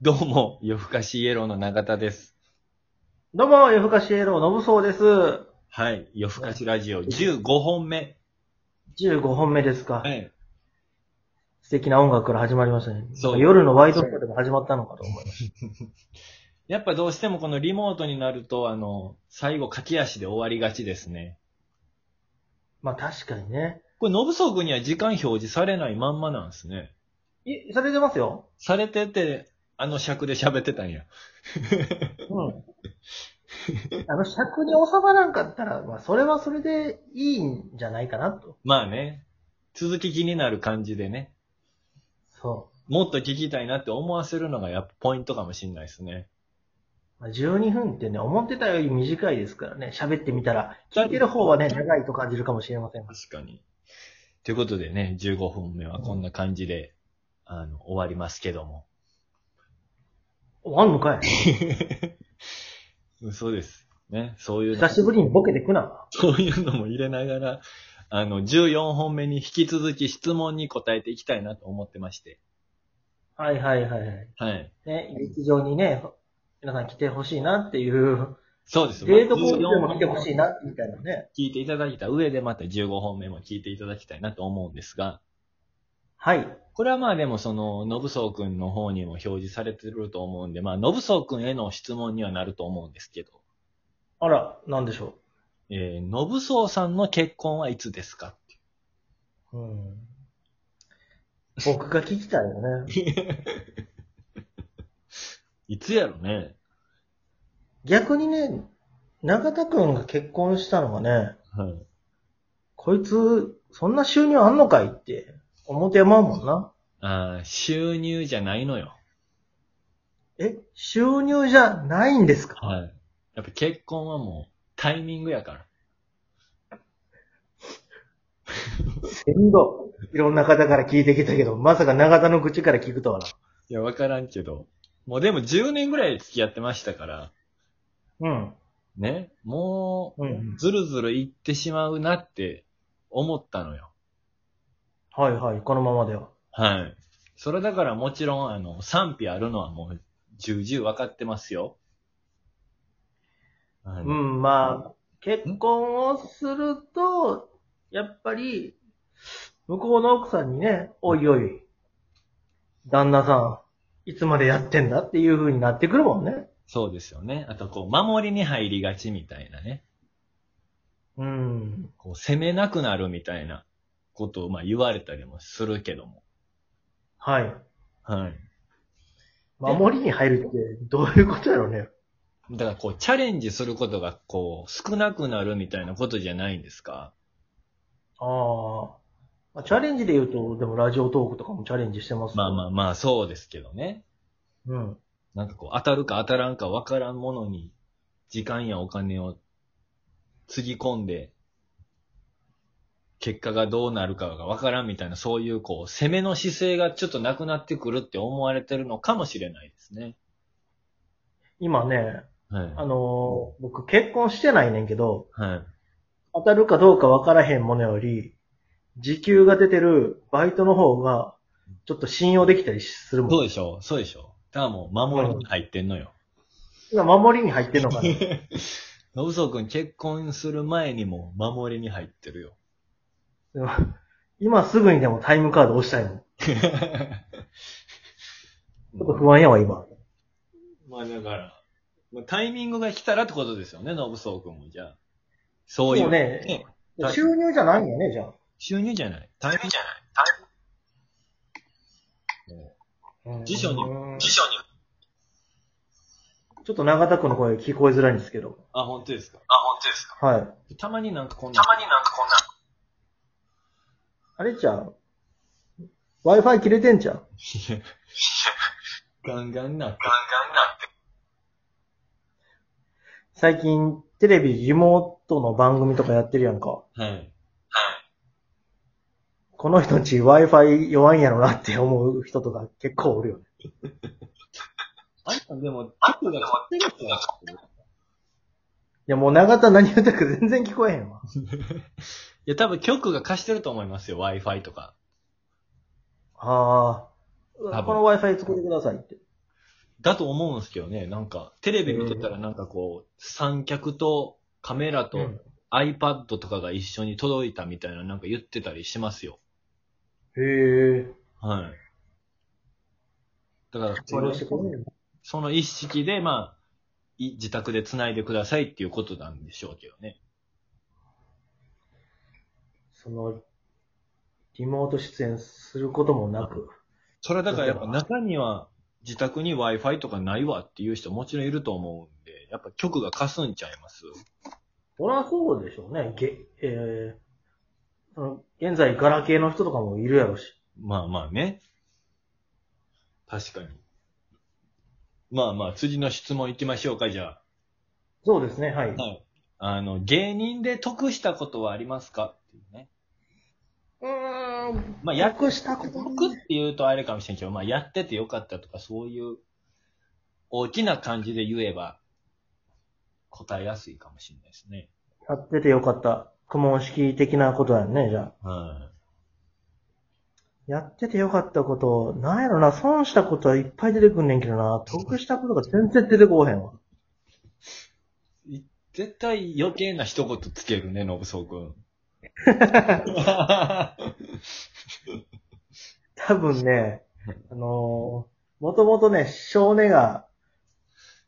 どうも、夜更かしイエローの永田です。どうも、夜更かしエロー、信そうです。はい。夜更かしラジオ15本目。 15本目ですか。はい。素敵な音楽から始まりましたね。そう夜のワイドショーでも始まったのかと思いましやっぱどうしてもこのリモートになると、あの、最後駆け足で終わりがちですね。まあ確かにね。これ、ノブソー君には時間表示されないまんまなんですね。い、されてますよ。されてて、あの尺で喋ってたんや。うん。 あの、尺に収まらんかったら、まあそれはそれでいいんじゃないかなと。まあね。続き気になる感じでね。そもっと聞きたいなって思わせるのがやっぱポイントかもしんないですね。う。まあ、12分ってね、思ってたより短いですからね、喋ってみたら。聞いてる方はね、長いと感じるかもしれませんが。確かに。ということでね、15分目はこんな感じで、あの、終わりますけども。おあんのかいそうです。ね、そういうの久、しぶりにボケてくな。そういうのも入れながら、あの、14本目に引き続き質問に答えていきたいなと思ってまして。はいはいはいはい。はい。ね、劇場にね、皆さん来てほしいなっていうそうです。デートコースでも見てほい。しいな、みたいなね。聞いていただいた上でまた15本目も聞いていただきたいなと思うんですが、はい。これはまあでもその、のぶそうくんの方にも表示されてると思うんで、まあ、のぶそうくんへの質問にはなると思うんですけど、あら、なんでしょえー、のぶそうさんの結婚はいつですかう。うん。僕が聞き たいよね。いつやろね。逆にね、中田くんが結婚したのがね、はい。こいつ、そんな収入あんのかいって、思ってまうもんな。ああ、収入じゃないのよ。え、収入じゃないんですかはい。やっぱ結婚はもうタイミングやから。先度。いろんな方から聞いてきたけど、まさか中田の口から聞くとはな。いや、わからんけど。もうでも10年ぐらい付き合ってましたから、うん。ね。もうう、ん。ずるずるいってしまうなって思ったのよ。はいはい、このままでは。はい。それだからもちろん、あの、賛否あるのはもう、重々わかってますよ。はいうん、まあ、結婚をすると、やっぱり、向こうの奥さんにね、おいおい、旦那さん、いつまでやってんだっていう風になってくるもんね。そうですよね。あと、こう、守りに入りがちみたいなね。うん。こう、攻めなくなるみたいなことを、まあ、言われたりもするけども。はい。はい。守りに入るって、どういうことやろうね。だからこう、チャレンジすることがこう、少なくなるみたいなことじゃないんですかああ。まあチャレンジで言うと、でもラジオトークとかもチャレンジしてますまあまあ。あまあ、そうですけどね。うん。なんかこう、当たるか当たらんかわからんものに、時間やお金をつぎ込んで、結果がどうなるかがわからんみたいな、そういうこう、攻めの姿勢がちょっとなくなってくるって思われてるのかもしれないですね。今ね、はい。あのー僕結婚してないねんけど、はい。当たるかどうか分からへんものより、時給が出てるバイトの方が、ちょっと信用できたりするそも。うんでしょそうでしょだからもう、守りに入ってんのよ。今、守りに入ってんのかなのぶそうくん結婚する前にもう守りに入ってるよ。でも 今すぐにでもタイムカード押したいもん。ちょっと不安やわ、今。まあだから、まあ、タイミングが来たらってことですよね、のぶそうくんもじゃあ。そうい。そううねはい収入じゃないんやね、じゃあ。収入じゃない。タイミングじゃない。辞書にうん辞書に。ちょっと長田君の声聞こえづらいんですけど。あ、本当ですかあ、本当ですかはい。たまになんかこんな。になんかこんな。あれじゃん。Wi-Fi 切れてんじゃん。いやガンガンなって。最近、テレビリモートの番組とかやってるやんか。はい。この人んち Wi-Fi 弱いんやろなって思う人とか結構おるよね。あんたでも、アップが買ってるから。いや、もう長田何言ってるか全然聞こえへんわ。いや、多分局が貸してると思いますよ、Wi-Fi とか。あ多分あ。この Wi-Fi 作ってくださいって。だと思うんですけどね、なんか、テレビ見てたらなんかこう、三脚とカメラとうん iPad とかが一緒に届いたみたいななんか言ってたりしますよ。へえ。はい。だから、これしてこねその一式で、まあ、い自宅で繋いでくださいっていうことなんでしょうけどね。その、リモート出演することもなく。それはだからやっぱ中には自宅に Wi-Fi とかないわっていう人もちろんいると思うんで、やっぱ局がかすんちゃいます。そりゃそうでしょうね。げ、えー、その現在、ガラケーの人とかもいるやろし。まあまあね。確かに。まあまあ、次の質問行きましょうか、じゃそうですね、はい。あ。はい。あの、芸人で得したことはありますかっていうね。うーん。まあ、やっ訳したこと僕っていうとあれかもしれんけど、まあ、やっててよかったとか、そういう、大きな感じで言えば、答えやすいかもしれないですね。やっててよかった。苦問式的なことだよね、じゃあ。はやっててよかったこと、なんやろな、損したことはいっぱい出てくんねんけどな、得したことが全然出てこうへんわ。い。絶対余計な一言つけるね、信夫く ん。多分 ね、あのー、もともとね、少年が、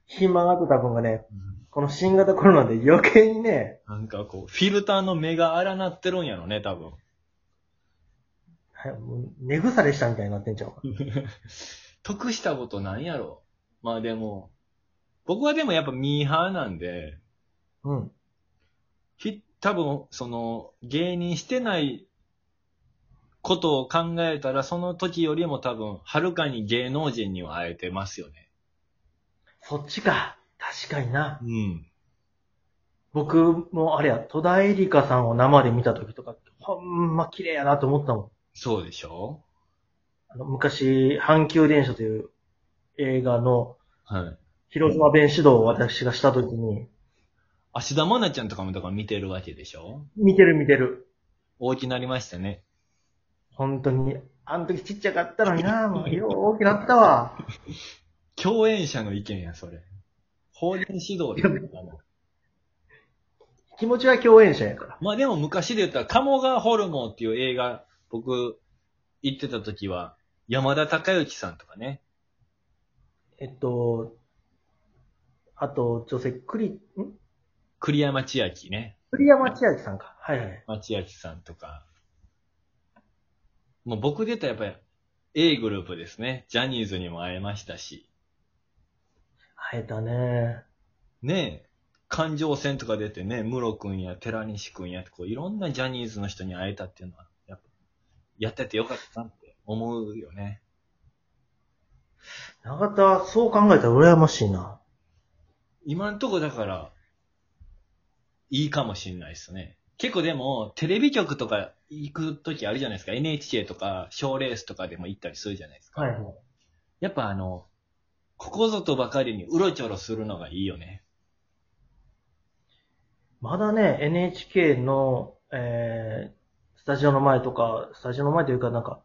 暇があった分がね、この新型コロナで余計にね、なんかこう、フィルターの目が荒なってるんやろね、多分。はいもう寝腐れしたみたいになってんちゃうか。得したことなんやろ。まあでも、僕はでもやっぱミーハーなんで、うん。ひ、多分、その、芸人してないことを考えたら、その時よりも多分、はるかに芸能人には会えてますよね。そっちか。確かにな。うん。僕もあれや、戸田恵梨香さんを生で見た時とか、ほんま綺麗やなと思ったもん。そうでしょあの昔、阪急電車という映画のはい。広島弁指導を私がした時に、芦田愛菜ちゃんとかもだから見てるわけでしょ見てる見てる。大きなりましたね。本当に。あの時ちっちゃかったのにな、もうよう大きなったわ。共演者の意見や、それ。法人指導でい気持ちは共演者やから。まあでも昔で言ったら、鴨川ホルモンっていう映画、僕、行ってた時は、山田孝之さんとかね。えっと、あと、女性、栗、ん栗山千明ね。栗山千明さんか。はいはい。町明さんとか。もう僕で言ったらやっぱり A グループですね。ジャニーズにも会えましたし。会えたね。ねえ。環状線とか出てね、ムロ君や寺西君やってこういろんなジャニーズの人に会えたっていうのは、やっぱ、やっててよかったなって思うよね。長田、そう考えたら羨ましいな。今んとこだから、いいかもしんないですね。結構でも、テレビ局とか行くときあるじゃないですか。NHK とか、賞ーレースとかでも行ったりするじゃないですか。はいはい。やっぱあの、ここぞとばかりにうろちょろするのがいいよね。まだね、NHK の、えー、スタジオの前とか、スタジオの前というか、なんか、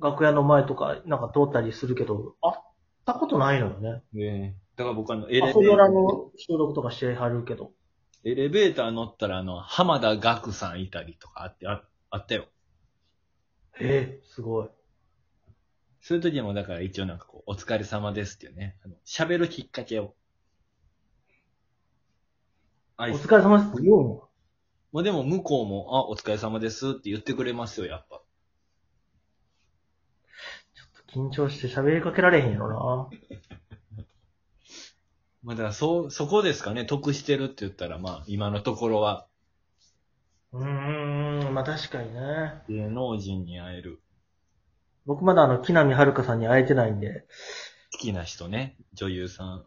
楽屋の前とか、なんか通ったりするけど、会ったことないのよね。ねだから僕あの、エレベ朝ドーラター、の収録とかしてはるけど。エレベーター乗ったらあの、浜田岳さんいたりとかあって、ああったよ。えー、すごい。そういう時もだから一応なんかこう、お疲れ様ですっていうね、あの喋るきっかけを。あおい疲れ様です。ようもまあでも向こうも、あ、お疲れ様ですって言ってくれますよ、やっぱ。緊張して喋りかけられへんやろな。まあだからそう、そこですかね、得してるって言ったらまあ、今のところは、うーん、まあ確かにね。芸能人に会える。僕まだあの、木南遥さんに会えてないんで、好きな人ね、女優さん。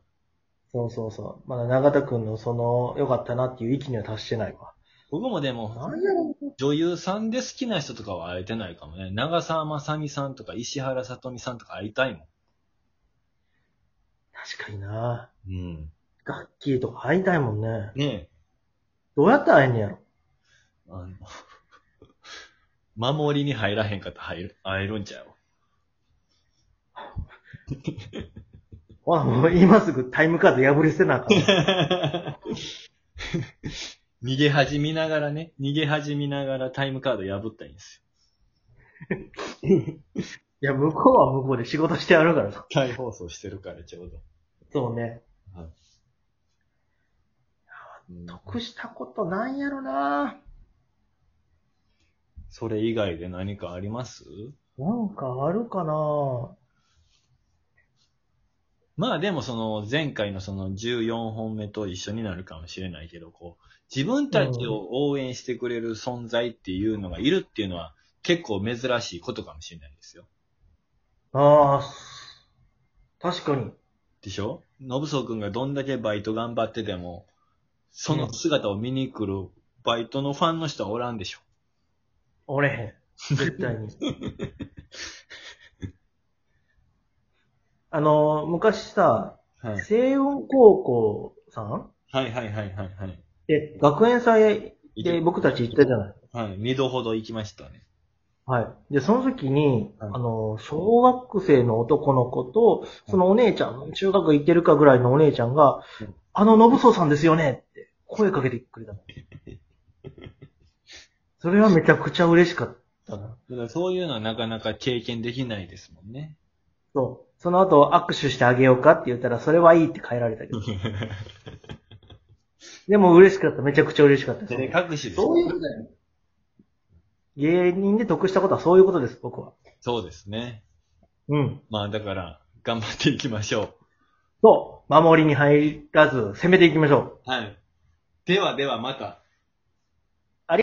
そうそうそう。まだ永田くんのその、良かったなっていう域には達してないわ。僕もでも、なんやろ女優さんで好きな人とかは会えてないかもね。長澤まさみさんとか石原さとみさんとか会いたいも確かにな。ん。うん。ガッキーとか会いたいもんね。ねえ、どうやって会えんねやろ。あの、 守りに入ら へんかったら入る、会えるんちゃうあ、もう今すぐタイムカード破り捨てなあ かん。逃げ始めながらね、逃げ始めながらタイムカード破ったらいいんですいや、向こうは向こうで仕事してやるからさ。よ。再放送してるからちょうど。そうね。うん得したことなんやろなそれ以外で何かありますなんかあるかなまあでもその前回のその14本目と一緒になるかもしれないけど、こう、自分たちを応援してくれる存在っていうのがいるっていうのは結構珍しいことかもしれないですよ。ああ、確かに。でしょのぶそうくんがどんだけバイト頑張ってても、その姿を見に来るバイトのファンの人はおらんでしょ。折れへん。絶対 に。あの、昔さ、はいはい西雲高校さんはいはいはいはい。で、学園祭いでて僕たち行ったじゃない。はい。二度ほど行きましたね。はい。で、その時に、はいあの、小学生の男の子と、そのお姉ちゃん、中学行ってるかぐらいのお姉ちゃんがうん、あの、信宗さんですよねって声かけてくれ たの。それはめちゃくちゃ嬉しかったな。だからそういうのはなかなか経験できないですもんね。そう。その後、握手してあげようかって言ったら、それはいいって変えられた けど。でも嬉しかった。めちゃくちゃ嬉しかったです。で、各種です。そういうことだよ。芸人で得したことはそういうことです、僕は。そうですね。うん。まあだから、頑張っていきましょそう。守りに入らず、攻めていきましょう。う。はい。ではではまた。